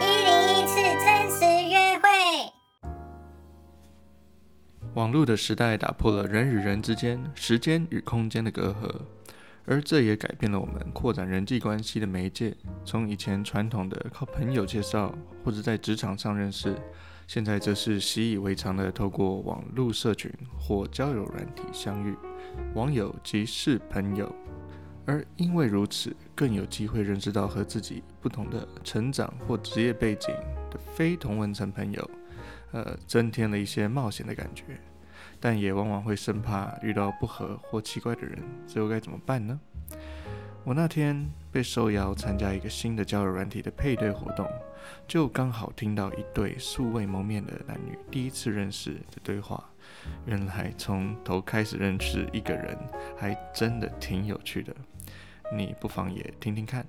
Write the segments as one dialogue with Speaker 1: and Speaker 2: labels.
Speaker 1: 一零一次真实约会。
Speaker 2: 网络的时代打破了人与人之间、时间与空间的隔阂，而这也改变了我们扩展人际关系的媒介。从以前传统的靠朋友介绍或者在职场上认识，现在则是习以为常的透过网络社群或交友软体相遇，网友即是朋友。而因为如此，更有机会认识到和自己不同的成长或职业背景的非同文层朋友，呃，增添了一些冒险的感觉，但也往往会生怕遇到不合或奇怪的人，最后该怎么办呢？我那天被受邀参加一个新的交友软体的配对活动，就刚好听到一对素未谋面的男女第一次认识的对话。原来从头开始认识一个人，还真的挺有趣的，你不妨也听听看。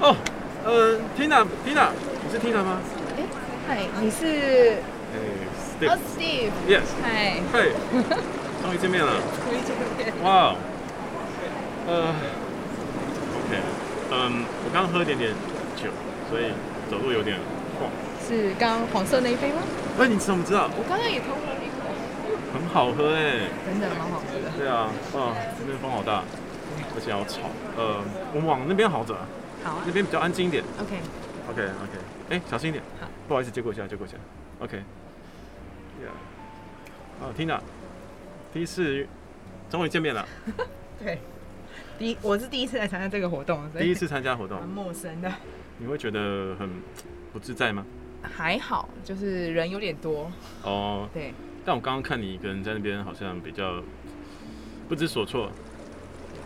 Speaker 3: 哦，呃，Tina，Tina，你是 Tina 吗
Speaker 4: 嗨，你是哦
Speaker 3: ？Yes，
Speaker 4: ，Steve。嗨，
Speaker 3: 嘿，终于见面了，
Speaker 4: 终于见面。
Speaker 3: 哇哦，呃，OK，嗯，我刚喝了点点酒，所以走路有点晃。
Speaker 4: 是刚刚黄色那一杯吗？
Speaker 3: 哎，你怎么知道？
Speaker 4: 我刚刚也偷喝了一口，
Speaker 3: 很好喝哎。
Speaker 4: 真的蛮好喝的。
Speaker 3: 对啊，哇，这边风好大，而且好吵。呃，我们往那边好走啊，
Speaker 4: 好啊
Speaker 3: 那边比较安静一点。
Speaker 4: ，OK。
Speaker 3: OK OK，哎、小心一点。
Speaker 4: 好
Speaker 3: 不好意思，借过一下，借过一下。OK。Yeah。哦，Tina，第一次终于见面了，
Speaker 4: 对，第一我是第一次来参加这个活动，所以
Speaker 3: 第一次参加活动
Speaker 4: 蛮，陌生的。
Speaker 3: 你会觉得很不自在吗？
Speaker 4: 还好，就是人有点多。
Speaker 3: 哦，
Speaker 4: 对，
Speaker 3: 但我刚刚看你一个人在那边，好像比较不知所措。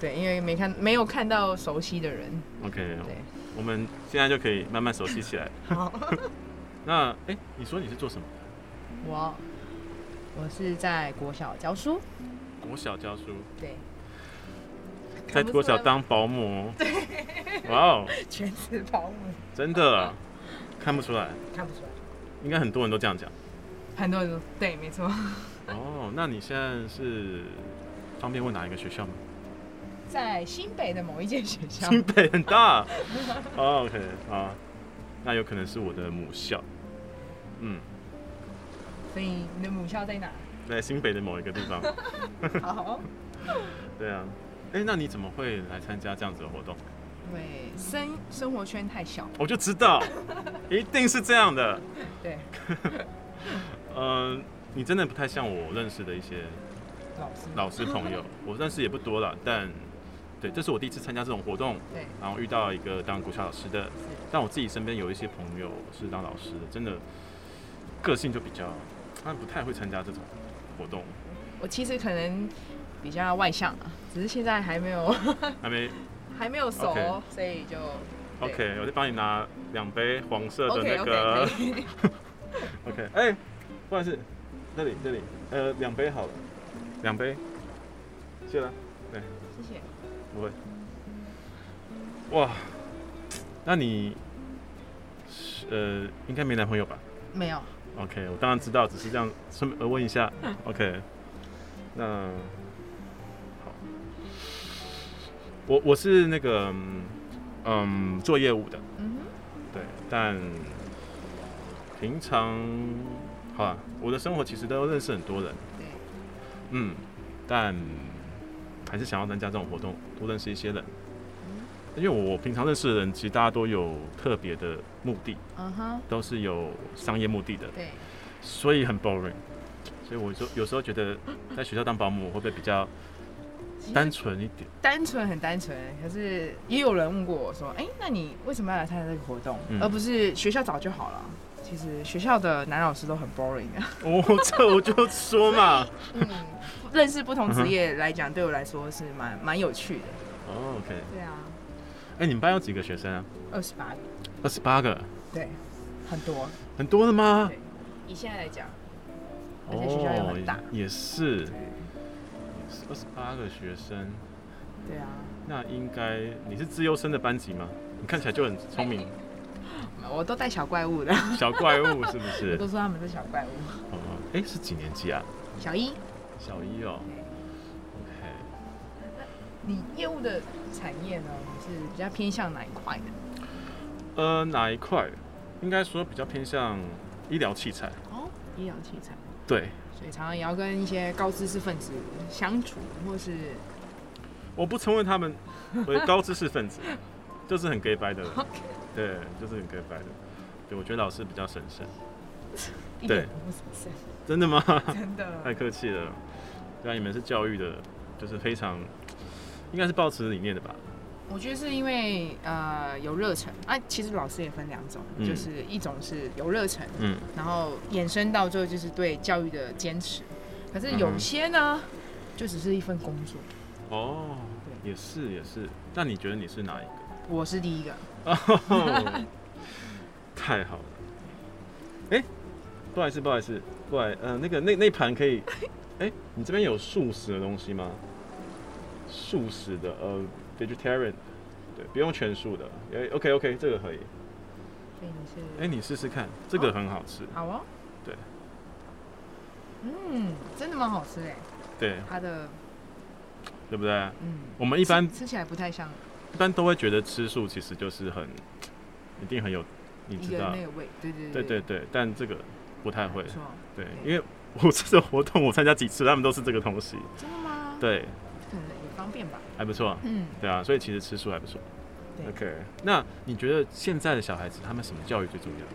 Speaker 4: 对，因为没看没有看到熟悉的人。
Speaker 3: OK，
Speaker 4: 对，
Speaker 3: 我们现在就可以慢慢熟悉起来。
Speaker 4: 好，
Speaker 3: 那，哎、你说你是做什么？
Speaker 4: 我我是在国小教书，
Speaker 3: 国小教书，
Speaker 4: 对，
Speaker 3: 在
Speaker 4: 看不出来吗
Speaker 3: 国小当保姆。对。哇哦，
Speaker 4: 全职保姆，
Speaker 3: 真的看不出来，
Speaker 4: 看不出来。
Speaker 3: 应该很多人都这样讲。
Speaker 4: 很多人都对，没错，
Speaker 3: 哦，那你现在是方便问哪一个学校吗？
Speaker 4: 在新北的某一间学校。
Speaker 3: 新北很大。哦、OK 啊，那有可能是我的母校。嗯，
Speaker 4: 所以你的母校在哪？
Speaker 3: 在新北的某一个地方。
Speaker 4: 好，
Speaker 3: 对啊，哎、那你怎么会来参加这样子的活动？
Speaker 4: 因为生生活圈太小。
Speaker 3: 我就知道，一定是这样的。
Speaker 4: 对，
Speaker 3: 嗯、你真的不太像我认识的一些
Speaker 4: 老师。
Speaker 3: 老师朋 友，我认识也不多了，但对，这是我第一次参加这种活动。
Speaker 4: 对，
Speaker 3: 然后遇到一个当国小老师的，但我自己身边有一些朋友是当老师的，真的个性就比较，他不太会参加这种活 动，
Speaker 4: 我其实可能比较外向啊，只是现在还没有
Speaker 3: 还没
Speaker 4: 还没有熟
Speaker 3: OK
Speaker 4: 所以就
Speaker 3: OK，我再帮你拿两杯黄色的
Speaker 4: OK
Speaker 3: 那
Speaker 4: OK
Speaker 3: 个
Speaker 4: 可以。
Speaker 3: OK，哎、不好意思，这里这里，呃，两杯好了，两杯，谢了，
Speaker 4: 谢谢。
Speaker 3: 不会，哇，那你是呃应该没男朋友吧？
Speaker 4: 没有，
Speaker 3: OK，我当然知道，只是这样顺便呃问一下。OK，那好，我我是那个嗯嗯做业务的，
Speaker 4: 嗯
Speaker 3: 对，但平常好啊，我的生活其实都认识很多人，
Speaker 4: 哼，对，
Speaker 3: 嗯，但还是想要参加这种活动，多认识一些人，因为我平常认识的人，其实大家都有特别的目的，
Speaker 4: 嗯哼，
Speaker 3: 都是有商业目的的。
Speaker 4: 对，
Speaker 3: 所以很 boring。所以我就有时候觉得，在学校当保姆会不会比较单纯一点？
Speaker 4: 单纯很单纯，可是也有人问过我说，哎、那你为什么要来参加这个活动，
Speaker 3: 嗯
Speaker 4: 而不是学校早就好了？其实学校的男老师都很 boring 的。
Speaker 3: 哦，这我就说嘛。
Speaker 4: 嗯，认识不同职业来讲，对我来说是蛮蛮有趣的。
Speaker 3: 哦，OK。
Speaker 4: 对啊，
Speaker 3: 哎，你们班有几个学生啊？
Speaker 4: 二十八个，
Speaker 3: 二十八个，
Speaker 4: 对，很多。
Speaker 3: 很多了吗？
Speaker 4: 对以现在来讲，而且学校又很大
Speaker 3: 哦也是。二十八个学生，
Speaker 4: 对啊，
Speaker 3: 那应该你是资优生的班级吗？你看起来就很聪明，
Speaker 4: 我都带小怪物的，
Speaker 3: 小怪物是不 是？
Speaker 4: 都说他们是小怪物。
Speaker 3: 哦，哎，是几年级啊？
Speaker 4: 小一，
Speaker 3: 小一哦。OK，
Speaker 4: 你业务的产业呢，你是比较偏向哪一块的？
Speaker 3: 呃，哪一块？应该说比较偏向医疗器材。
Speaker 4: 哦，医疗器材，
Speaker 3: 对，
Speaker 4: 所以常常也要跟一些高知识分子相处，或 是
Speaker 3: 我不承认他们为高知识分子，就是很 gay 白的人。对，就是很 gay 白的。对，我觉得老师比较神圣。
Speaker 4: 一
Speaker 3: 对
Speaker 4: 点都不神圣，
Speaker 3: 真的吗？
Speaker 4: 真的
Speaker 3: 太客气了。对啊，你们是教育的，就是非常，应该是抱持理念的吧？
Speaker 4: 我觉得是因为呃有热忱啊，其实老师也分两种，
Speaker 3: 嗯
Speaker 4: 就是一种是有热忱，
Speaker 3: 嗯，
Speaker 4: 然后衍生到最后就是对教育的坚持。可是
Speaker 3: 嗯
Speaker 4: 有
Speaker 3: 哼
Speaker 4: 些呢，就只是一份工作。
Speaker 3: 哦，也是也是。那你觉得你是哪一个？
Speaker 4: 我是第一个，
Speaker 3: 哦，太好了。哎、不好意思，不好意思，过来，呃，那个那那盘可以，哎、你这边有素食的东西吗？素食的，呃，vegetarian，对，不用全素的。哎、o k OK，这个可以。
Speaker 4: 所以你是
Speaker 3: 哎、你试试看，这个很好吃。
Speaker 4: 好哦。
Speaker 3: 对。
Speaker 4: 嗯，真的蛮好吃哎，
Speaker 3: 对，
Speaker 4: 它的
Speaker 3: 对不对？
Speaker 4: 嗯，
Speaker 3: 我嗯们一般
Speaker 4: 吃起来不太像
Speaker 3: 一般都会觉得吃素其实就是很，一定很有，你
Speaker 4: 一
Speaker 3: 知
Speaker 4: 个
Speaker 3: 道
Speaker 4: 那，个味，对对
Speaker 3: 对对对，但这个不太会
Speaker 4: 没，错，
Speaker 3: 对，因为我这个活动我参加几次，他们都是这个东西，
Speaker 4: 真的吗？，
Speaker 3: 对，
Speaker 4: 可能也方便吧。
Speaker 3: 还不错，
Speaker 4: 嗯，
Speaker 3: 对啊，所以其实吃素还不错。
Speaker 4: 对
Speaker 3: OK，那你觉得现在的小孩子他们什么教育最重要？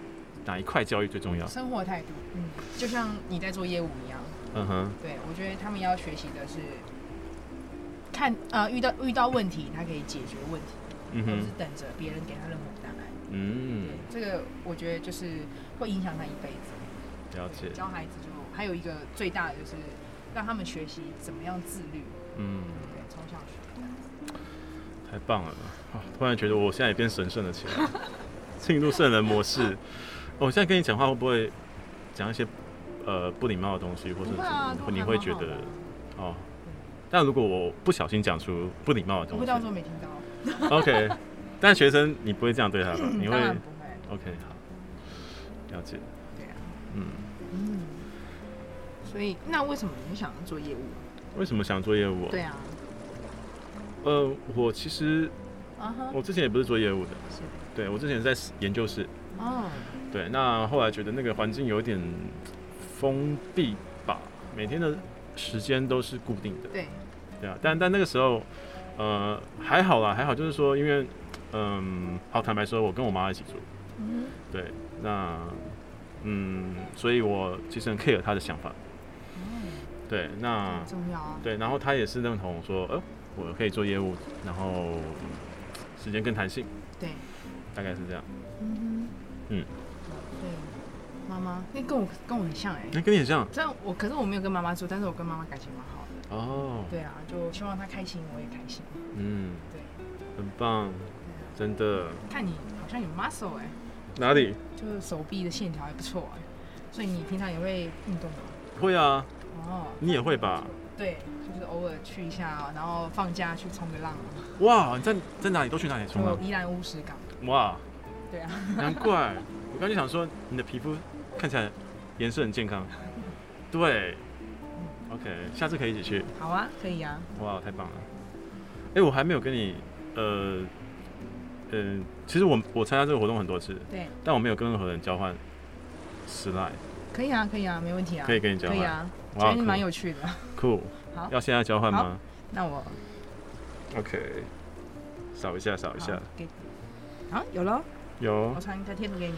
Speaker 3: 哪一块教育最重要？
Speaker 4: 生活态度，嗯，就像你在做业务一样，
Speaker 3: 嗯哼，
Speaker 4: 对我觉得他们要学习的是看呃遇到遇到问题，他可以解决问题，
Speaker 3: 嗯
Speaker 4: 而不是
Speaker 3: 哼，
Speaker 4: 等着别人给他任何答案。
Speaker 3: 嗯
Speaker 4: 对，，这个我觉得就是会影响他一辈子。
Speaker 3: 了
Speaker 4: 对
Speaker 3: 解，
Speaker 4: 教孩子就还有一个最大的就是让他们学习怎么样自律，
Speaker 3: 嗯，
Speaker 4: 对，从小学这样子。
Speaker 3: 太棒了！啊突然觉得我现在也变神圣了起来， 进入圣人模式。哦我现在跟你讲话会不会讲一些呃不礼貌的东西，或者
Speaker 4: 不会啊，
Speaker 3: 是
Speaker 4: 都
Speaker 3: 你
Speaker 4: 还
Speaker 3: 会
Speaker 4: 蛮
Speaker 3: 觉
Speaker 4: 好的
Speaker 3: 得哦？但如果我不小心讲出不礼貌的东
Speaker 4: 我会
Speaker 3: 西
Speaker 4: 当做没听到，
Speaker 3: ，OK，但学生你不会这样对他吧？你会
Speaker 4: 嗯当然不会，
Speaker 3: OK 好，了解。
Speaker 4: 对啊，
Speaker 3: 嗯，
Speaker 4: 嗯。所以那为什么你想做业务？
Speaker 3: 为什么想做业务、
Speaker 4: 对，啊，
Speaker 3: 呃，我其实
Speaker 4: 啊哈，
Speaker 3: 我之前也不是做业务的，
Speaker 4: 是的，
Speaker 3: 对我之前在研究室，
Speaker 4: 哦，
Speaker 3: 对，那后来觉得那个环境有点封闭吧，每天的时间都是固定的，
Speaker 4: 对，
Speaker 3: 对啊，但但那个时候，呃，还好啦，还好，就是说，因为，嗯，好，坦白说，我跟我妈一起住，
Speaker 4: 嗯
Speaker 3: 对，那，嗯，所以我其实很 care 她的想法，
Speaker 4: 哼，嗯，
Speaker 3: 对，那
Speaker 4: 很，重要啊，
Speaker 3: 对，然后她也是认同我说，呃，我可以做业务，然后嗯时间更弹性，
Speaker 4: 对，
Speaker 3: 大概是这样。
Speaker 4: 嗯哼，
Speaker 3: 嗯，
Speaker 4: 对，妈妈，那跟我跟我很像 哎、
Speaker 3: 那、跟你很像
Speaker 4: 虽然我可是我没有跟妈妈住，但是我跟妈妈感情蛮好的。
Speaker 3: 哦，
Speaker 4: 对啊，就希望她开心，我也开心。
Speaker 3: 嗯，
Speaker 4: 对，
Speaker 3: 很棒，真的。
Speaker 4: 看你好像有 muscle 哎、
Speaker 3: 哪里？
Speaker 4: 就是手臂的线条还不错哎、所以你平常也会运动吗？
Speaker 3: 会啊，
Speaker 4: 哦，
Speaker 3: 你也会吧？
Speaker 4: 对，就是偶尔去一下，然后放假去冲个浪，啊
Speaker 3: 哇，你在在哪里都去哪里冲啊
Speaker 4: 就
Speaker 3: 浪？
Speaker 4: 宜兰乌石港。
Speaker 3: 哇，
Speaker 4: 对啊，
Speaker 3: 难怪我刚就想说你的皮肤看起来颜色很健康。对，OK，下次可以一起去。
Speaker 4: 好啊，可以啊。
Speaker 3: 哇，太棒了！哎、我还没有跟你，呃，呃，其实我我参加这个活动很多次，
Speaker 4: 对，
Speaker 3: 但我没有跟任何人交换私赖，
Speaker 4: 可以啊，可以啊，没问题啊。
Speaker 3: 可以跟你交
Speaker 4: 可
Speaker 3: 换。
Speaker 4: 以啊，觉
Speaker 3: 哇
Speaker 4: 得你蛮有趣的。
Speaker 3: 酷。
Speaker 4: 好
Speaker 3: 要现在交换吗
Speaker 4: 那我
Speaker 3: ？OK，扫一下，扫一下
Speaker 4: 好。给，好有了，
Speaker 3: 有
Speaker 4: 我传个贴图给你。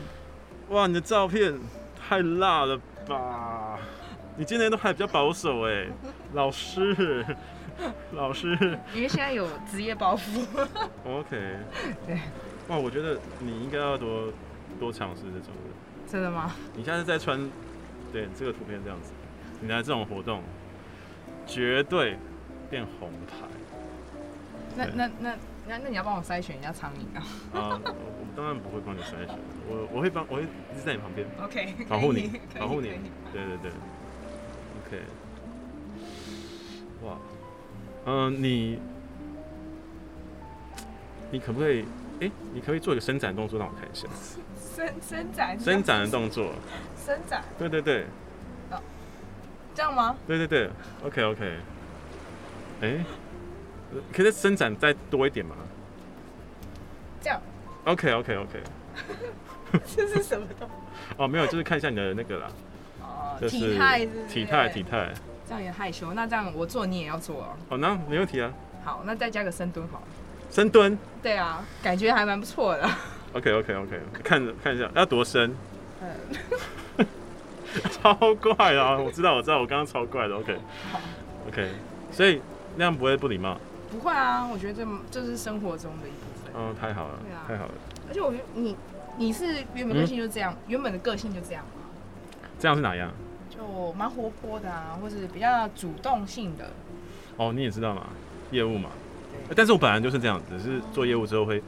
Speaker 3: 哇，你的照片太辣了吧！你今年都还比较保守 哎，老师， 老师
Speaker 4: 因为现在有职业包袱。
Speaker 3: ，OK。
Speaker 4: 对。
Speaker 3: 哇，我觉得你应该要多多尝试这种的。
Speaker 4: 真的吗？
Speaker 3: 你下次再穿，对这个图片这样子，你来这种活动，绝对变红牌
Speaker 4: 那
Speaker 3: 对
Speaker 4: 那那那那你要帮我筛选一下苍蝇啊。
Speaker 3: 啊！我我当然不会帮你筛选，我我会帮，我会一直在你旁边。
Speaker 4: OK，
Speaker 3: 保护你，保护你
Speaker 4: 可以可以，
Speaker 3: 对对对，OK。哇，嗯、你你可不可以？哎、你可不可以做一个伸展动作让我看一下？
Speaker 4: 伸伸展
Speaker 3: 伸展的动作，
Speaker 4: 伸展
Speaker 3: 对对对
Speaker 4: 这样吗？
Speaker 3: 对对对，OK OK。哎、呃可以再伸展再多一点吗
Speaker 4: 这样
Speaker 3: ？OK OK OK。
Speaker 4: 这是什么动 作？
Speaker 3: 哦，没有，就是看一下你的那个啦，
Speaker 4: 哦，
Speaker 3: 就是
Speaker 4: 体态是不是
Speaker 3: 体态体态。
Speaker 4: 这样也害羞。那这样我做你也要做哦。
Speaker 3: 好，那没问题啊，
Speaker 4: 好，那再加个深蹲好了。
Speaker 3: 深蹲。
Speaker 4: 对啊，感觉还蛮不错的。
Speaker 3: OK OK OK，看着看一下要多深，
Speaker 4: 嗯，
Speaker 3: 超怪啊！我知道我知道，我刚刚超怪的。OK OK，所以那样不会不礼貌。
Speaker 4: 不会啊，我觉得这这是生活中的一部分。
Speaker 3: 嗯，太好了
Speaker 4: 对啊，
Speaker 3: 太好了。
Speaker 4: 而且我觉得你你是原本个性就这样，原本的个性就这样嘛，
Speaker 3: 这样是哪样？
Speaker 4: 就蛮活泼的啊，或是比较主动性的。
Speaker 3: 哦，你也知道嘛，业务嘛
Speaker 4: 对。
Speaker 3: 但是我本来就是这样子，只是做业务之后会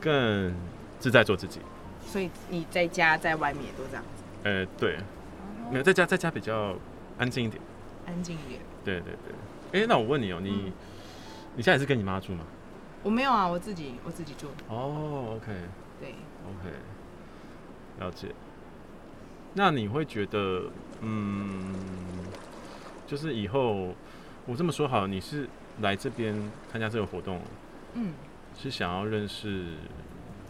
Speaker 3: 更自在做自己。
Speaker 4: 所以你在家在外面也都这样，
Speaker 3: 呃，对，
Speaker 4: 哦
Speaker 3: 没有在家在家比较安静一点。
Speaker 4: 安静一点。
Speaker 3: 对对对。哎、那我问你哦、你、
Speaker 4: 嗯
Speaker 3: 你现在也是跟你妈住吗？
Speaker 4: 我没有啊，我自己我自己做。
Speaker 3: 哦，OK
Speaker 4: 对，
Speaker 3: OK，了解。那你会觉得，嗯，就是以后我这么说好了，你是来这边参加这个活动，
Speaker 4: 嗯，
Speaker 3: 是想要认识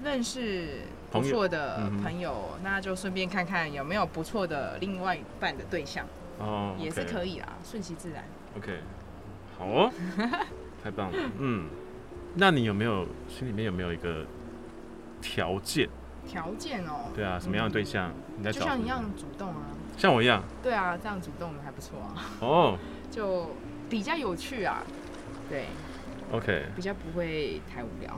Speaker 4: 认识不
Speaker 3: 朋友
Speaker 4: 错的
Speaker 3: 嗯哼
Speaker 4: 朋友，那就顺便看看有没有不错的另外一半的对象，
Speaker 3: 哦，
Speaker 4: 也是
Speaker 3: OK
Speaker 4: 可以啦，顺其自然。
Speaker 3: OK，好 哦，太棒了。嗯，那你有没有心里面有没有一个条件？
Speaker 4: 条件哦，
Speaker 3: 对啊，什么样的对象？你在
Speaker 4: 就
Speaker 3: 找什
Speaker 4: 像
Speaker 3: 么
Speaker 4: 你一样主动啊，
Speaker 3: 像我一样
Speaker 4: 对啊，这样主动的还不错啊，
Speaker 3: 哦。
Speaker 4: 就比较有趣啊，对，
Speaker 3: OK，
Speaker 4: 比较不会太无聊，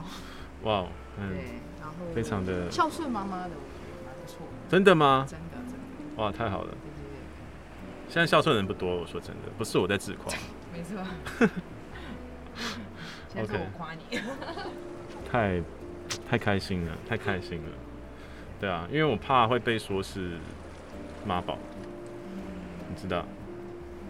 Speaker 3: 哇，嗯，
Speaker 4: 对，然后
Speaker 3: 非常的
Speaker 4: 孝顺妈妈的，我觉得蛮不错的，
Speaker 3: 真的吗？
Speaker 4: 真的真的，
Speaker 3: 哇，太好了！
Speaker 4: 对对
Speaker 3: 现在孝顺人不多，我说真的，不是我在自夸，
Speaker 4: 对， 没错。现在是
Speaker 3: OK
Speaker 4: 我夸你，
Speaker 3: 太太开心了，太开心了。对啊，因为我怕会被说是妈宝，你知道？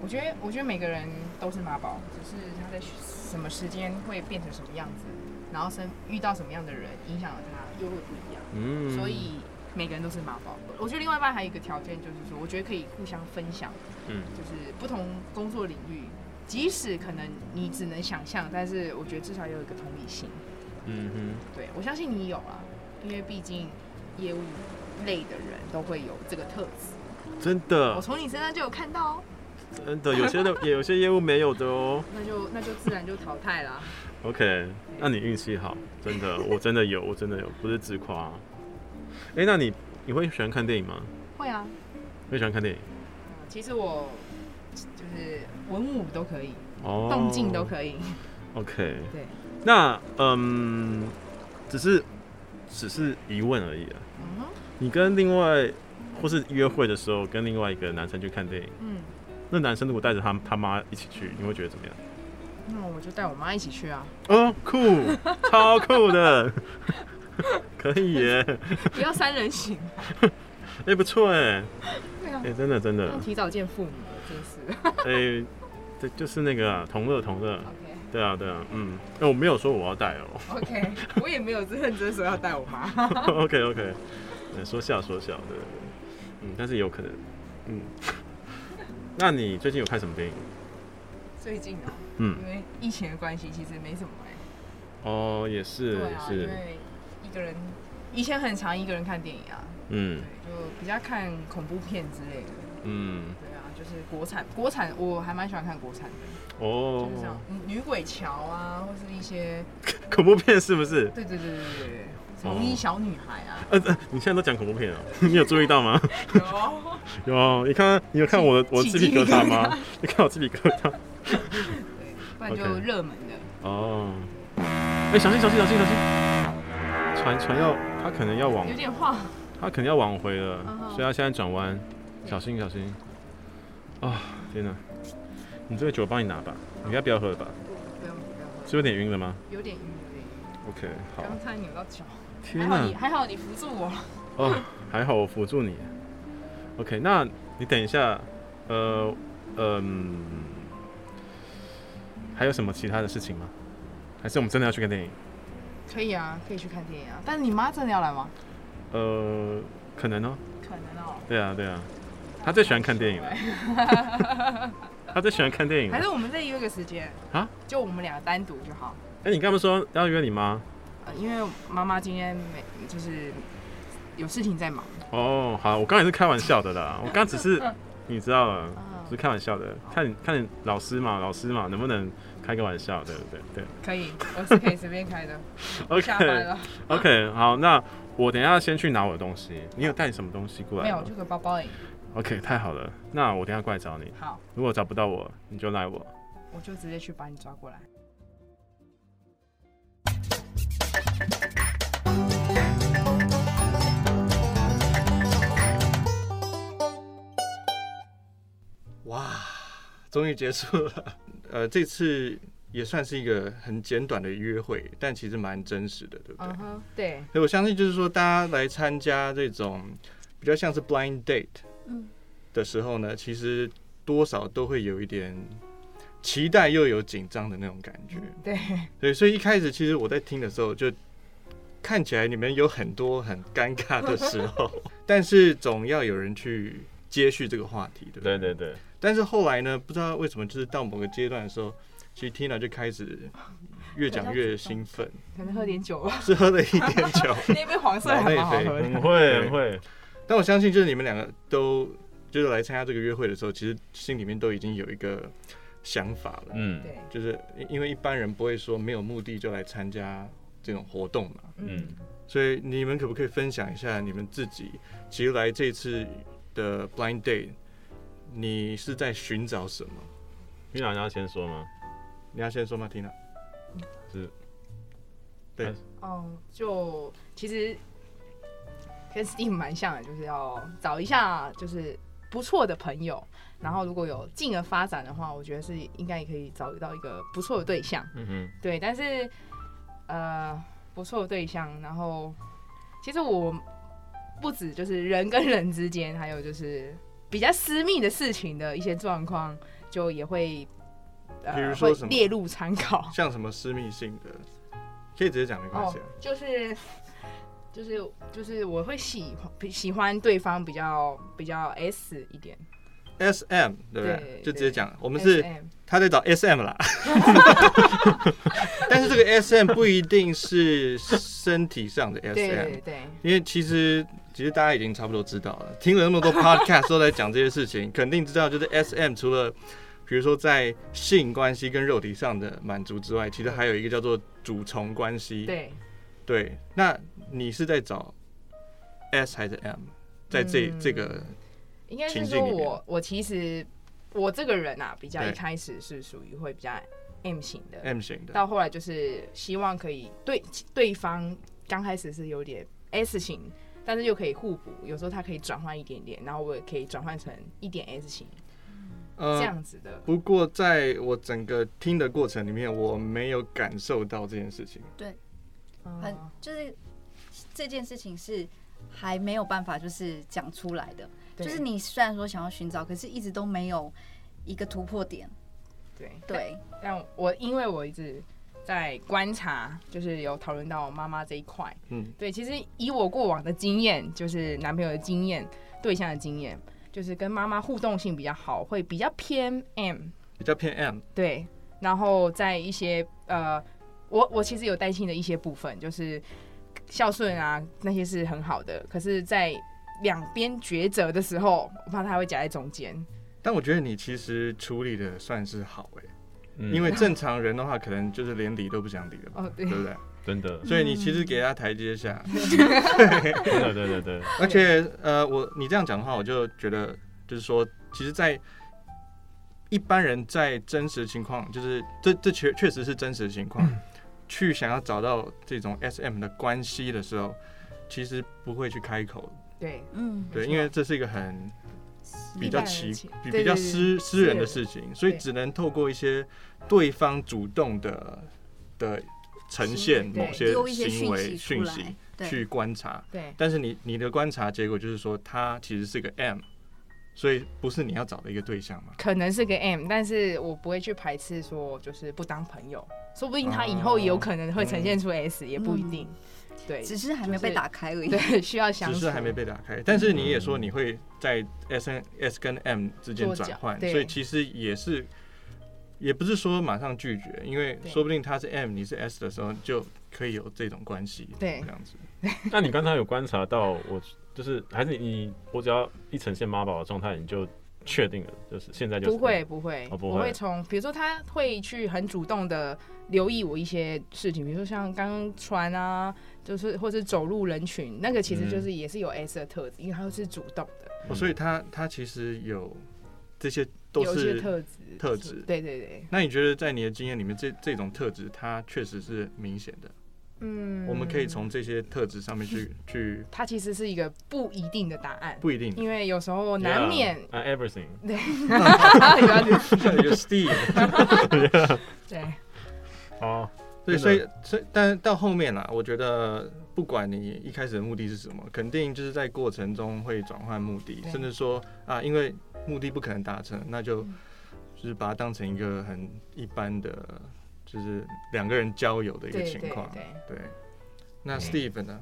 Speaker 4: 我觉得我觉得每个人都是妈宝，只是他在什么时间会变成什么样子，然后生遇到什么样的人，影响了他又会不一样。
Speaker 3: 嗯，
Speaker 4: 所以每个人都是妈宝。我觉得另外一半还有一个条件就是说，我觉得可以互相分享，
Speaker 3: 嗯
Speaker 4: 就是不同工作领域，即使可能你只能想象，但是我觉得至少有一个同理心。
Speaker 3: 嗯哼。
Speaker 4: 对我相信你有啊，因为毕竟业务类的人都会有这个特质，
Speaker 3: 真的，
Speaker 4: 我从你身上就有看到哦，
Speaker 3: 真的，有些的 也有些业务没有的哦。
Speaker 4: 那就那就自然就淘汰啦。
Speaker 3: OK，那你运气好，真的，我真的有，我真的有，不是自夸、哎、那你你会喜欢看电影吗？
Speaker 4: 会啊，
Speaker 3: 会喜欢看电影？
Speaker 4: 嗯其实我就是文武都可以，
Speaker 3: 哦
Speaker 4: 动静都可以，
Speaker 3: OK，
Speaker 4: 对，
Speaker 3: 那嗯，只是只是疑问而已啊。
Speaker 4: 嗯哼
Speaker 3: 你跟另外或是约会的时候，跟另外一个男生去看电影，
Speaker 4: 嗯，
Speaker 3: 那男生如果带着他他妈一起去，你会觉得怎么样？
Speaker 4: 那我就带我妈一起去啊。
Speaker 3: 哦，酷，超酷的， 可以耶，
Speaker 4: 不要三人行。
Speaker 3: 哎、不错哎。
Speaker 4: 对啊
Speaker 3: 哎、，真的真的
Speaker 4: 要，提早见父母了，真是。
Speaker 3: 哎、对，就是那个、啊、同乐同乐，
Speaker 4: OK
Speaker 3: 对啊对啊，嗯，哎、我没有说我要带哦、
Speaker 4: OK，我 也没有认真说要带我 妈。
Speaker 3: OK OK，说哎笑说笑，对对对，嗯，但是有可能，嗯， 那你最近有看什么电影？
Speaker 4: 最近哦，
Speaker 3: 嗯
Speaker 4: 因为疫情的关系，其实没什么哎、
Speaker 3: 哦，也是
Speaker 4: 对
Speaker 3: 也
Speaker 4: 啊，因
Speaker 3: 是，
Speaker 4: 为一个人以前很常一个人看电影啊，
Speaker 3: 嗯
Speaker 4: 对，就比较看恐怖片之类的。
Speaker 3: 嗯，
Speaker 4: 对啊，就是国产，国产我还蛮喜欢看国产的，
Speaker 3: 哦
Speaker 4: 就是，像嗯女鬼桥啊，或是一些，
Speaker 3: 恐怖片是不是？
Speaker 4: 对对对对对对，
Speaker 3: 哦
Speaker 4: 红衣小女孩 啊，
Speaker 3: 呃，呃你现在都讲恐怖片啊？ 你有注意到吗？
Speaker 4: 有，
Speaker 3: 有，啊你看，你有看我的我的
Speaker 4: 起
Speaker 3: 鸡皮
Speaker 4: 鸡
Speaker 3: 疙
Speaker 4: 皮
Speaker 3: 瘩
Speaker 4: 疙
Speaker 3: 吗？你看我鸡皮疙瘩？
Speaker 4: 对，不然
Speaker 3: OK
Speaker 4: 就热门的。
Speaker 3: 哦，哎、小心小心小心小心，船船要，它可能要往
Speaker 4: 有点晃，
Speaker 3: 他可能要往回了，
Speaker 4: 嗯哼
Speaker 3: 所以他现在转弯，小心小心。啊、天哪！你这个酒我帮你拿吧，你应该不要喝了吧？
Speaker 4: 不用不用，
Speaker 3: 是有点晕了吗
Speaker 4: 有点晕，有点晕。
Speaker 3: ？OK，好。
Speaker 4: 刚才扭到脚，还
Speaker 3: 天
Speaker 4: 好
Speaker 3: 哪
Speaker 4: 你！还啊好你扶住我了。
Speaker 3: 哦，还好我辅助你。OK，那你等一下，呃，嗯、还有什么其他的事情吗？还是我们真的要去看电影？
Speaker 4: 可以啊，可以去看电影啊。但是你妈真的要来吗？
Speaker 3: 呃，可能哦。
Speaker 4: 可能哦。
Speaker 3: 对啊，对啊，她最喜欢看电影了， 她最喜欢看电影了
Speaker 4: 还。是我们再约个时间
Speaker 3: 啊？
Speaker 4: 就我们俩单独就好。
Speaker 3: 哎、你刚不是说要约你妈？
Speaker 4: 呃，因为妈妈今天没就是有事情在忙。
Speaker 3: 哦，好，我刚才是开玩笑的 啦，我刚只是你知道了，
Speaker 4: 嗯
Speaker 3: 是开玩笑的，看你看你老师嘛，老师嘛，能不能开个玩笑？对对对
Speaker 4: 可以，我是 可以随便开的。
Speaker 3: ，OK
Speaker 4: 下班了，
Speaker 3: OK，好，那我等一下先去拿我的东西。你有带什么东西过
Speaker 4: 没
Speaker 3: 来
Speaker 4: 有
Speaker 3: 吗？
Speaker 4: 就个包包而已。
Speaker 3: OK，太好了，那我等一下过来找你。
Speaker 4: 好，
Speaker 3: 如果找不到我，你就赖我。
Speaker 4: 我就直接去把你抓过来。
Speaker 2: 哇，终于结束了。呃，这次也算是一个很简短的约会，但其实蛮真实的，对不对？
Speaker 4: 嗯哼，对，
Speaker 2: 所以我相信，就是说大家来参加这种比较像是 blind date
Speaker 1: 嗯
Speaker 2: 的时候呢，其实多少都会有一点期待又有紧张的那种感觉。
Speaker 4: 对，
Speaker 2: 对，所以一开始其实我在听的时候就看起来你们有很多很尴尬的时候，但是总要有人去接续这个话题，对不对？
Speaker 3: 对对对，
Speaker 2: 但是后来呢，不知道为什么，就是到某个阶段的时候，其实 Tina 就开始越讲越兴奋，
Speaker 4: 可能喝点酒吧。
Speaker 2: 是喝了一点 酒。
Speaker 4: 嗯那杯黄色还蛮好喝的。
Speaker 3: 很 会
Speaker 2: 很
Speaker 3: 会。
Speaker 2: 但我相信，就是你们两个都就是来参加这个约会的时候，其实心里面都已经有一个想法了，
Speaker 3: 嗯
Speaker 4: 对，
Speaker 2: 就是因为一般人不会说没有目的就来参加这种活动嘛，
Speaker 4: 嗯，
Speaker 2: 所以你们可不可以分享一下你们自己其实来这次的 blind date，你是在寻找什么？
Speaker 3: 你哪要先说吗？
Speaker 2: 你要先说吗，Tina？
Speaker 4: 哦，就其实跟 Steve 蛮像的，就是要找一下就是不错的朋友，然后如果有进而发展的话，我觉得是应该也可以找到一个不错的对象。
Speaker 3: 嗯哼，
Speaker 4: 对，但是呃，不错的对象。然后其实我不止就是人跟人之间，还有就是比较私密的事情的一些状况，就也会
Speaker 2: 比
Speaker 4: 呃
Speaker 2: 如说
Speaker 4: 会
Speaker 2: 什么
Speaker 4: 列入参考。
Speaker 2: 像什么私密性的，可以直接讲没关系、啊。
Speaker 4: 哦就是就是就是我会喜欢喜欢对方比较比较 S 一点，
Speaker 2: S M 对不对？
Speaker 4: 对
Speaker 2: 就直接讲，我
Speaker 4: 我
Speaker 2: 们是
Speaker 4: SM,
Speaker 2: 他在找 S M 啦。但是这个 S M 不一定是身体上的 S
Speaker 4: 对
Speaker 2: M，
Speaker 4: 对对
Speaker 2: 因为其实其实大家已经差不多知道了，听了那么多 podcast 都在讲这些事情，肯定知道就是 S M 除了比如说在性关系跟肉体上的满足之外，其实还有一个叫做主从关系。
Speaker 4: 对，
Speaker 2: 对，那你是在找 S 还是 M？在这、
Speaker 4: 嗯
Speaker 2: 这个
Speaker 4: 应该是
Speaker 2: 情
Speaker 4: 说
Speaker 2: 境里面
Speaker 4: 我我其实我这个人啊，比较
Speaker 2: 对
Speaker 4: 一开始是属于会比较 M 型的，
Speaker 2: M 型的，
Speaker 4: 到后来就是希望可以对对方刚开始是有点 S 型，但是又可以互补，有时候他可以转换一点点，然后我也可以转换成一点 S 型、
Speaker 2: 呃
Speaker 4: 这样子的。
Speaker 2: 不过，在我整个听的过程里面，我没有感受到这件事情。
Speaker 5: 很
Speaker 4: 嗯
Speaker 5: 就是这件事情是还没有办法就是讲出来的，
Speaker 4: 对
Speaker 5: 就是你虽然说想要寻找，可是一直都没有一个突破点。
Speaker 4: 对
Speaker 5: 对，
Speaker 4: 但我因为我一直在观察，就是有讨论到妈妈这一块，
Speaker 2: 嗯，
Speaker 4: 对，其实以我过往的经验，就是男朋友的经验、对象的经验，就是跟妈妈互动性比较好，会比较偏 M，
Speaker 2: 比较偏 M。
Speaker 4: 对，然后在一些呃，我我其实有担心的一些部分，就是孝顺啊那些是很好的，可是，在两边抉择的时候，我怕他会夹在中间。
Speaker 2: 但我觉得你其实处理的算是好哎、
Speaker 3: 嗯
Speaker 2: 因为正常人的话，可能就是连理都不想理了吧，
Speaker 4: 哦，对
Speaker 2: 对，不对？
Speaker 3: 真的，
Speaker 2: 所以你其实给他台阶下，
Speaker 3: 真的，对对对，
Speaker 2: 而且呃，我你这样讲的话，我就觉得就是说，其实，在呃一般人在真实情况，就是这这确确实是真实情况，去想要找到这种 S M 的关系的时候，其实不会去开口
Speaker 4: 对，
Speaker 5: 嗯，
Speaker 2: 对，
Speaker 4: 没错
Speaker 2: 因为这是一个很比较奇
Speaker 4: 一般人情
Speaker 2: 比
Speaker 4: 对
Speaker 2: 比较
Speaker 4: 对对
Speaker 2: 私私
Speaker 4: 私
Speaker 2: 人的
Speaker 4: 人
Speaker 2: 事情，所以
Speaker 4: 对
Speaker 2: 只能透过一些对方主动的的呈现
Speaker 4: 对
Speaker 2: 某些
Speaker 5: 丢一些
Speaker 2: 行
Speaker 5: 讯
Speaker 2: 为
Speaker 5: 息出
Speaker 2: 讯息
Speaker 5: 来，对，
Speaker 2: 去观察。
Speaker 4: 对，
Speaker 2: 但是你你的观察结果就是说，他其实是个 M，所以不是你要找的一个对象嘛？
Speaker 4: 可能是个 M，但是我不会去排斥说就是不当朋友，说不定他以后也有可
Speaker 2: 哦
Speaker 4: 能会呈现出
Speaker 2: 嗯
Speaker 4: S，、也不一定。对，
Speaker 5: 只是还没有被打开而已。
Speaker 4: 对，需要相
Speaker 2: 只
Speaker 4: 处。
Speaker 2: 是还没被打
Speaker 4: 嗯
Speaker 2: 开，但是你也说你会在 S N S 跟 M 之间
Speaker 4: 做
Speaker 2: 转
Speaker 4: 角
Speaker 2: 换，
Speaker 4: 对
Speaker 2: 所以其实也是，也不是说马上拒绝，因为
Speaker 4: 对
Speaker 2: 说不定他是 M，你是 S 的时候就可以有这种关系，
Speaker 4: 对
Speaker 2: 这样子。
Speaker 3: 那你刚才有观察到我，就是还是你，我只要一呈现妈宝的状态，你就确定了，就是现在就是
Speaker 4: 不会不会，
Speaker 3: 哦不
Speaker 4: 我
Speaker 3: 会
Speaker 4: 会从比如说他会去很主动的留意我一些事情，比如说像刚刚穿啊，就是或是走入人群，那个其实
Speaker 2: 嗯
Speaker 4: 就是也是有 S 的特质，因为他是主动的，
Speaker 3: 嗯
Speaker 2: 哦所以他他其实有这些都
Speaker 4: 有一些
Speaker 2: 是
Speaker 4: 特质
Speaker 2: 特质
Speaker 4: 对对对，
Speaker 2: 那你觉得在你的经验里面，这这种特质它确实是明显的，
Speaker 4: 嗯，
Speaker 2: 我们可以从这些特质上面 去去
Speaker 4: 它其实是一个不一定的答案，
Speaker 2: 不一 定。
Speaker 4: 因为有时候难免
Speaker 3: Yeah, uh, everything。
Speaker 2: 有 Steve，
Speaker 4: 对
Speaker 3: 哦，
Speaker 2: 对，
Speaker 3: 真的
Speaker 2: 所以所以但到后面啦，我觉得不管你一开始的目的是什么，肯定就是在过程中会转换目的，
Speaker 4: 对
Speaker 2: 甚至说啊，因为目的不可能达成，那就就是把它当成一个很一般的，就是两个人交友的一个
Speaker 4: 对
Speaker 2: 情
Speaker 4: 对
Speaker 2: 况。
Speaker 4: 对，
Speaker 2: 对，那 Steve 呢？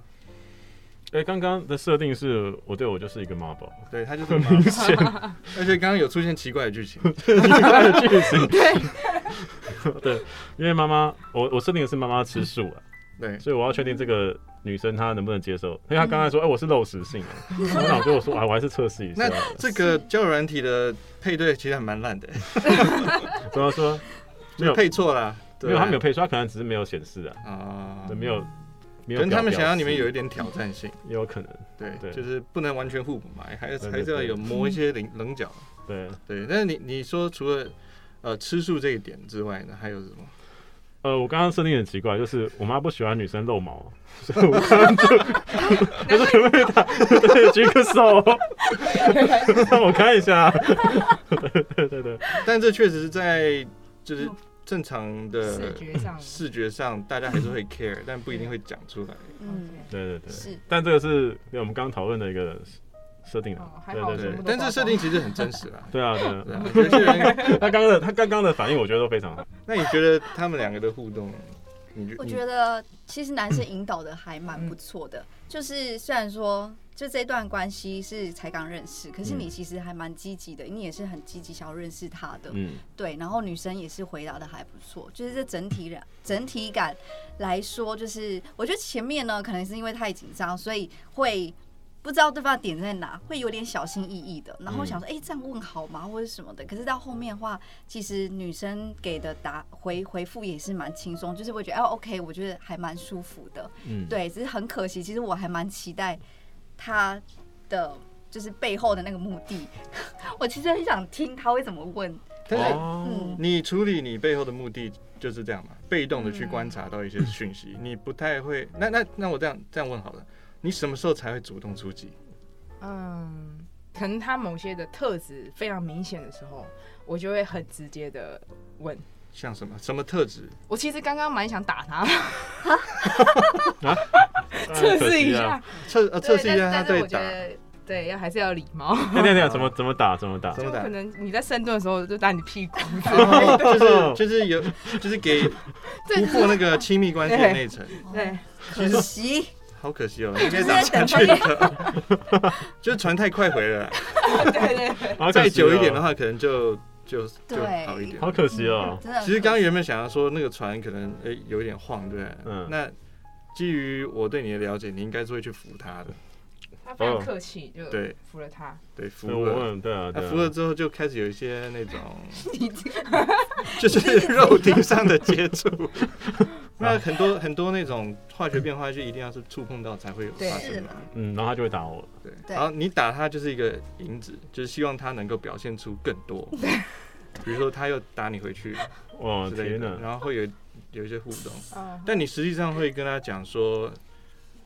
Speaker 3: 哎，刚刚的设定是我对我就是一个妈 宝，
Speaker 2: 对他 就是麻烦，而且刚刚有出现奇怪的剧情，
Speaker 3: 对，因为妈妈，我我设定的是妈妈吃素啊，
Speaker 2: 对，
Speaker 3: 所以我要确定这个女生她能不能接受，因为她刚才说，哎，我是肉食性啊，那我就说啊，我还是测试一下
Speaker 2: 那，这个交友软体的配对其实还蛮烂的，
Speaker 3: 怎么说？没有
Speaker 2: 配错啦，
Speaker 3: 没有，她没有配出，她可能只是没有显示啊，
Speaker 2: 啊
Speaker 3: 对，没有没
Speaker 2: 可
Speaker 3: 有表。
Speaker 2: 能他们想要你们
Speaker 3: 表
Speaker 2: 有
Speaker 3: 示
Speaker 2: 一点挑战性，
Speaker 3: 也有可能，
Speaker 2: 对，
Speaker 3: 对
Speaker 2: 就是不能完全互补嘛，还是
Speaker 3: 对对
Speaker 2: 还是要
Speaker 3: 对
Speaker 2: 有磨一些棱棱角，
Speaker 3: 对。
Speaker 2: 对。但是你你说除了呃吃素这一点之外呢，还有什么？
Speaker 3: 呃，我刚刚设定很奇怪，就是我妈不喜欢女生露毛， 所以我刚刚就 我说可不可以打对举个 手，让我看一下。对对对，
Speaker 2: 但这确实是在就是正常
Speaker 4: 视
Speaker 2: 的
Speaker 4: 觉上
Speaker 2: 视觉上，大家还是会 care，但不一定会讲出来。
Speaker 5: 嗯，
Speaker 3: 对对对，
Speaker 5: 是
Speaker 3: 但这个是我们刚刚讨论的一个设定
Speaker 4: 哦
Speaker 3: 啊，
Speaker 4: 还
Speaker 3: 对
Speaker 4: 好
Speaker 3: 对
Speaker 4: 我
Speaker 2: 对
Speaker 4: 全
Speaker 3: 对
Speaker 4: 部，都
Speaker 2: 但这设定其实很真实啦。
Speaker 3: 对啊对
Speaker 2: 对
Speaker 3: 啊
Speaker 2: 啊，有些人
Speaker 3: 他刚刚的他刚刚的反应我觉得都非常好，
Speaker 2: 那你觉得他们两个的互动，你
Speaker 5: 我觉得其实男生引导的还蛮不错
Speaker 1: 嗯
Speaker 5: 的，就是虽然说就这段关系是才刚认识，可是
Speaker 3: 嗯
Speaker 5: 你其实还蛮积极的，你也是很积极想要认识他的，
Speaker 3: 嗯，
Speaker 5: 对。然后女生也是回答的还不错，就是这整体人整体感来说，就是我觉得前面呢可能是因为太紧张，所以会。不知道对方的点在哪，会有点小心翼翼的，然后想说，哎、这样问好吗，或者什么的。可是到后面的话，其实女生给的答回回复也是蛮轻松，就是我觉得，哦，OK，我觉得还蛮舒服的。
Speaker 3: 嗯
Speaker 5: 对，只是很可惜，其实我还蛮期待他的就是背后的那个目的， 我其实很想听他会怎么问。
Speaker 2: 但是
Speaker 3: 哦
Speaker 5: 嗯，
Speaker 2: 你处理你背后的目的就是这样嘛，被动的去观察到一些讯息，
Speaker 3: 嗯
Speaker 2: 你不太会。那那那我这样这样问好了，你什么时候才会主动出击？
Speaker 4: 嗯，可能他某些的特质非常明显的时候，我就会很直接的问。
Speaker 2: 像什么什么特质？
Speaker 4: 我其实刚刚蛮想打他，
Speaker 3: 当然
Speaker 4: 测
Speaker 3: 可
Speaker 4: 试
Speaker 3: 惜
Speaker 4: 一
Speaker 3: 啊
Speaker 4: 下，，
Speaker 2: 测呃测试一下他
Speaker 4: 但是
Speaker 2: 对
Speaker 4: 我觉
Speaker 2: 打
Speaker 4: 得对，要还是要礼貌。
Speaker 3: 那那那怎么怎么打怎么打
Speaker 2: 怎？
Speaker 4: 就
Speaker 2: 么打
Speaker 4: 可，能你在深蹲的时候就打你屁股，
Speaker 2: 哦 就是就是有就是给
Speaker 4: 对
Speaker 2: 突破那个亲密关系的
Speaker 4: 对
Speaker 2: 那一 层，
Speaker 4: 对，
Speaker 5: 可惜，
Speaker 2: 好可惜哦，应该
Speaker 5: 就是
Speaker 2: 打
Speaker 5: 在
Speaker 2: 下
Speaker 5: 等
Speaker 2: 去
Speaker 5: 分
Speaker 2: 的， 就是船太快回了啦，
Speaker 4: 对对对，
Speaker 3: 好可惜哦
Speaker 2: 再久一点的，话可能就就就
Speaker 5: 对
Speaker 2: 好一点。
Speaker 3: 好可惜哦。
Speaker 5: 嗯真的很可惜。
Speaker 2: 其实刚刚原本想要说那个船可能诶、有一点晃，对不对？
Speaker 3: 嗯
Speaker 2: 那基于我对你的了解，你应该是会去扶他的，
Speaker 4: 他非常客气，就
Speaker 2: 对
Speaker 4: 扶了他。
Speaker 2: 对，扶
Speaker 3: 对，我
Speaker 2: 了。
Speaker 3: 问，对啊，
Speaker 2: 他
Speaker 3: 对啊
Speaker 2: 扶了之后就开始有一些那种，
Speaker 5: 你这个
Speaker 2: 就是 肉体上的接 触。那很多很多那种化学变化就一定要是触碰到才会有
Speaker 4: 对
Speaker 2: 发生嘛。
Speaker 3: 嗯，然后他就会打我了。
Speaker 2: 对，
Speaker 5: 对
Speaker 2: 然后你打他就是一个引子，就是希望他能够表现出更多。比如说他又打你回去
Speaker 3: 哇，
Speaker 2: 之类
Speaker 3: 哦天
Speaker 2: 的，
Speaker 3: 哪！
Speaker 2: 然后会有有一些互动。
Speaker 4: 嗯，
Speaker 2: 但你实际上会跟他讲说，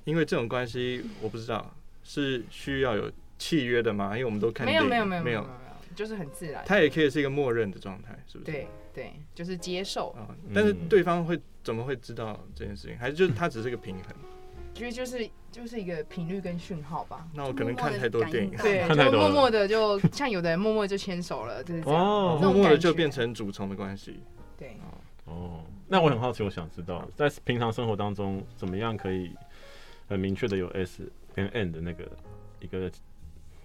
Speaker 2: 因为这种关系，我不知道是需要有契约的吗？因为我们都看
Speaker 4: 没有没有没有
Speaker 2: 没
Speaker 4: 没有没有，没有就是很自然。
Speaker 2: 他也可以是一个默认的状态，是不是？
Speaker 4: 对对，就是接受。
Speaker 2: 啊、
Speaker 3: 嗯
Speaker 2: 但是对方会怎么会知道这件事情？还是就是他只是一个平衡？
Speaker 4: 觉得就是就是一个频率跟讯号吧。
Speaker 2: 那我可能看太多电影
Speaker 5: 就，
Speaker 4: 对，
Speaker 3: 看太
Speaker 4: 就
Speaker 3: 多了
Speaker 4: 默默的就像有的人默默就牵手了，就是这样。
Speaker 3: 哦
Speaker 4: 这
Speaker 2: 默
Speaker 4: 种
Speaker 2: 默的
Speaker 4: 感
Speaker 2: 就
Speaker 4: 觉
Speaker 2: 变成主从的关 系。
Speaker 4: 对，
Speaker 3: 哦，那我很好奇，我想知道在平常生活当中，怎么样可以很明确的有 S 跟 N 的那个一个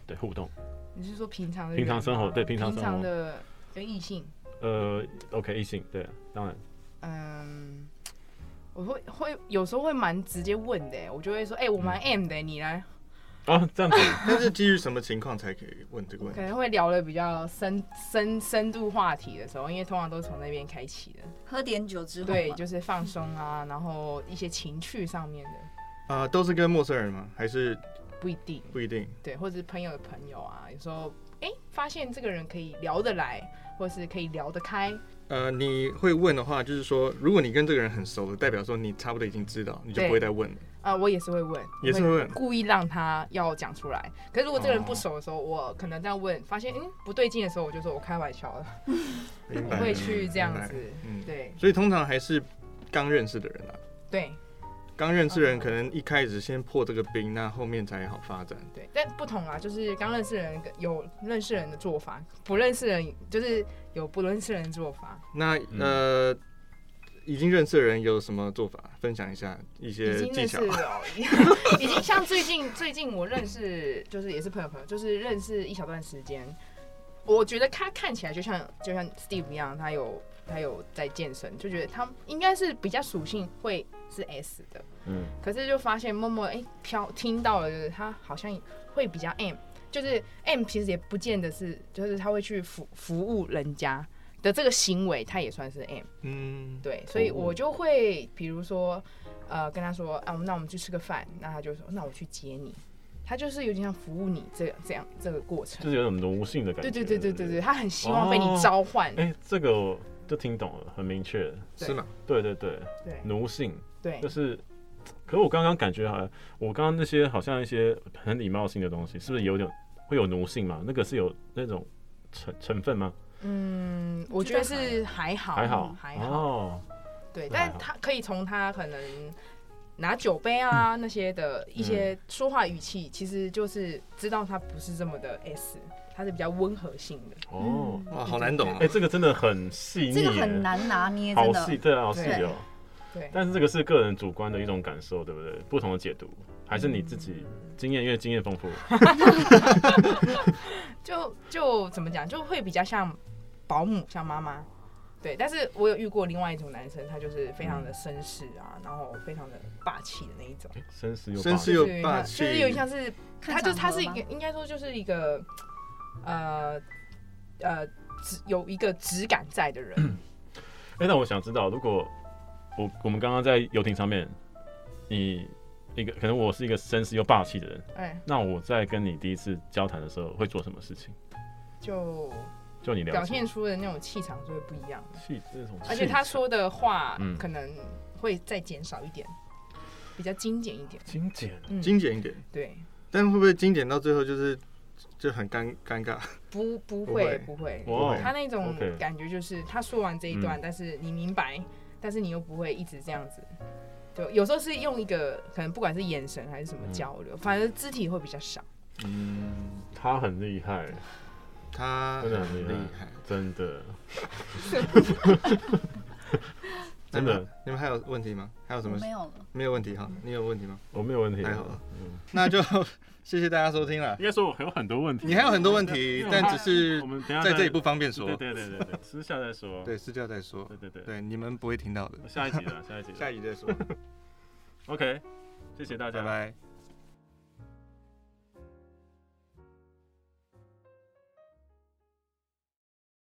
Speaker 3: 对互动？
Speaker 4: 你是说平常的
Speaker 3: 平常
Speaker 4: 人
Speaker 3: 生活
Speaker 4: 吗
Speaker 3: 对平常生活
Speaker 4: 的跟异性，
Speaker 3: 呃，OK，异性对，当然
Speaker 4: 嗯，我会会有时候会蛮直接问的欸，我就会说，哎、我蛮
Speaker 2: 嗯
Speaker 4: M 的欸，你来，
Speaker 3: 哦，这样子
Speaker 2: 但是基于什么情况才可以问这个问
Speaker 4: 可
Speaker 2: 题？
Speaker 4: 能会聊的比较深深深度话题的时候，因为通常都是从那边开启的，
Speaker 5: 喝点酒之后嘛，
Speaker 4: 对，就是放松啊，然后一些情趣上面的
Speaker 2: 啊、都是跟陌生人吗？还是
Speaker 4: 不一定，
Speaker 2: 不一定？
Speaker 4: 对，或者是朋友的朋友啊，有时候哎、发现这个人可以聊得来，或是可以聊得开，
Speaker 2: 呃，你会问的话，就是说，如果你跟这个人很熟了，代表说你差不多已经知道，你就
Speaker 4: 对
Speaker 2: 不会再问了。
Speaker 4: 啊，我也是会问，
Speaker 2: 也是会哦问
Speaker 4: 故意让他要讲出来。可是如果这个人不熟的时候，我可能这样问，发现嗯不对劲的时候，我就说我开玩笑的，
Speaker 2: 明
Speaker 4: 我
Speaker 2: 白？
Speaker 4: 会去这样
Speaker 2: 明白
Speaker 4: 子。
Speaker 2: 嗯，
Speaker 4: 对
Speaker 2: 所以通常还是刚认识的人啊，
Speaker 4: 对
Speaker 2: 刚认识的
Speaker 4: 嗯
Speaker 2: 人可能一开始先破这个冰，那后面才好发展。
Speaker 4: 对，但不同啦，就是刚认识人跟有认识人的做法，不认识人就是有不认识人的做法。
Speaker 2: 那
Speaker 3: 嗯
Speaker 2: 呃，已经认识的人有什么做法？分享一下一
Speaker 4: 已
Speaker 2: 些
Speaker 4: 经
Speaker 2: 技
Speaker 4: 认识
Speaker 2: 巧。
Speaker 4: 了，已经 像最近最近我认识，就是也是朋友朋友，就是认识一小段时间。我觉得他看起来就像就像 Steve 一样，他有他有在健身，就觉得他应该是比较属性会是 S 的，
Speaker 3: 嗯，
Speaker 4: 可是就发现默默哎飘听到了，就是他好像会比较 M，就是 M 其实也不见得是，就是他会去服服务人家的这个行为，他也算是 M。
Speaker 2: 嗯，
Speaker 4: 对，所以我就会比如说，呃，跟他说啊，那我们去吃个饭，那他就说，那我去接你，他就是有点像服务你这个这样这个过程
Speaker 3: 就。是有种奴性的感觉。
Speaker 4: 对对对对对
Speaker 3: 不
Speaker 4: 对，。他很希望被你
Speaker 3: 哦
Speaker 4: 召唤。
Speaker 3: 哎、这个我就听懂了，很明确。
Speaker 2: 是吗？
Speaker 3: 对对对，
Speaker 4: 对
Speaker 3: 奴性
Speaker 4: 嗯对
Speaker 3: 就，是。可是我刚刚感觉好像，我刚刚那些好像一些很礼貌性的东西，是不是有点会有奴性嘛？那个是有那种成成分吗？
Speaker 4: 嗯，我觉得是还
Speaker 5: 哦
Speaker 4: 好，
Speaker 3: 还好，
Speaker 4: 还好。
Speaker 3: 哦，
Speaker 4: 对，
Speaker 3: 还
Speaker 2: 啊
Speaker 4: 但
Speaker 3: 好
Speaker 4: 他可以从他可能拿酒杯啊
Speaker 2: 嗯
Speaker 4: 那些的一些说话语气，其实就是知道他不是这么的 S，他是比较温和性的。
Speaker 3: 哦，
Speaker 2: 哇，好难懂
Speaker 3: 哎、
Speaker 2: 哦。
Speaker 3: 这个真的很细
Speaker 5: 嗯
Speaker 3: 腻耶，
Speaker 5: 这个很难拿捏，真
Speaker 3: 好细，
Speaker 5: 的。
Speaker 3: 对啊，好细
Speaker 5: 对
Speaker 3: 哦。
Speaker 4: 对，
Speaker 3: 但是这个是个人主观的一种感受，对不对？不同的解读，还是你自
Speaker 5: 嗯
Speaker 3: 己经验，因为经验丰富。
Speaker 4: 就就怎么讲，就会比较像保姆，像妈妈。对，但是我有遇过另外一种男生，他就是非常的绅士啊，
Speaker 2: 嗯
Speaker 4: 然后非常的霸气的那一种，
Speaker 3: 绅士又
Speaker 2: 绅士又
Speaker 4: 就是有点
Speaker 2: 霸
Speaker 4: 像
Speaker 2: 气，
Speaker 4: 就是有点像是
Speaker 5: 看
Speaker 4: 他就
Speaker 5: 场
Speaker 4: 他
Speaker 5: 合
Speaker 4: 是一
Speaker 5: 吗
Speaker 4: 个应该说就是一个呃呃质有一个质感在的人，
Speaker 3: 哎、那我想知道，如果我我们刚刚在游艇上面，你一个可能我是一个绅士又霸气的人，
Speaker 4: 哎，
Speaker 3: 那我在跟你第一次交谈的时候会做什么事情？
Speaker 4: 就
Speaker 3: 就你了解
Speaker 4: 表现出的那种气场就会不一样，
Speaker 3: 气这种气质，
Speaker 4: 而且他说的话
Speaker 3: 嗯
Speaker 4: 可能会再减少一点，比较精简一点，
Speaker 3: 精简，
Speaker 4: 嗯，
Speaker 2: 精简一点，
Speaker 4: 对。
Speaker 2: 但会不会精简到最后就是就很尴尴尬？
Speaker 4: 不，不
Speaker 2: 不
Speaker 4: 会
Speaker 2: 会，
Speaker 4: 不会，
Speaker 3: 哇
Speaker 4: 他那种
Speaker 3: 哦 OK 嗯
Speaker 4: 感觉就是他说完这一段，但是你明白，但是你又不会一直这样子。就有时候是用一个可能不管是眼神还是什
Speaker 3: 嗯
Speaker 4: 么交流，反正肢体会比较少。
Speaker 2: 嗯，
Speaker 3: 他很厉害，
Speaker 2: 他
Speaker 3: 真的
Speaker 2: 很
Speaker 3: 很厉
Speaker 2: 厉
Speaker 3: 害
Speaker 2: 害。
Speaker 3: 真的。
Speaker 2: 那
Speaker 3: 真的
Speaker 2: 你们，你们还有问题吗？还有什
Speaker 5: 我
Speaker 2: 么？
Speaker 5: 没有了，
Speaker 2: 没有问题哈，你有问题吗？
Speaker 3: 我没有问题，
Speaker 2: 太好了
Speaker 3: 嗯
Speaker 2: 那就 谢谢大家收听了。
Speaker 3: 应该说我还有很多问题，
Speaker 2: 你还有很多问题
Speaker 3: 因为我，
Speaker 2: 但只是
Speaker 3: 我们等一下
Speaker 2: 在这里
Speaker 3: 再
Speaker 2: 不方便说
Speaker 3: 对。对对对对，私下再说。
Speaker 2: 对，私教再说
Speaker 3: 对。对对，
Speaker 2: 对，你们不会听到的，
Speaker 3: 下一集了，下一集了，
Speaker 2: 下一集再说。
Speaker 3: OK，谢谢大家，
Speaker 2: 拜拜。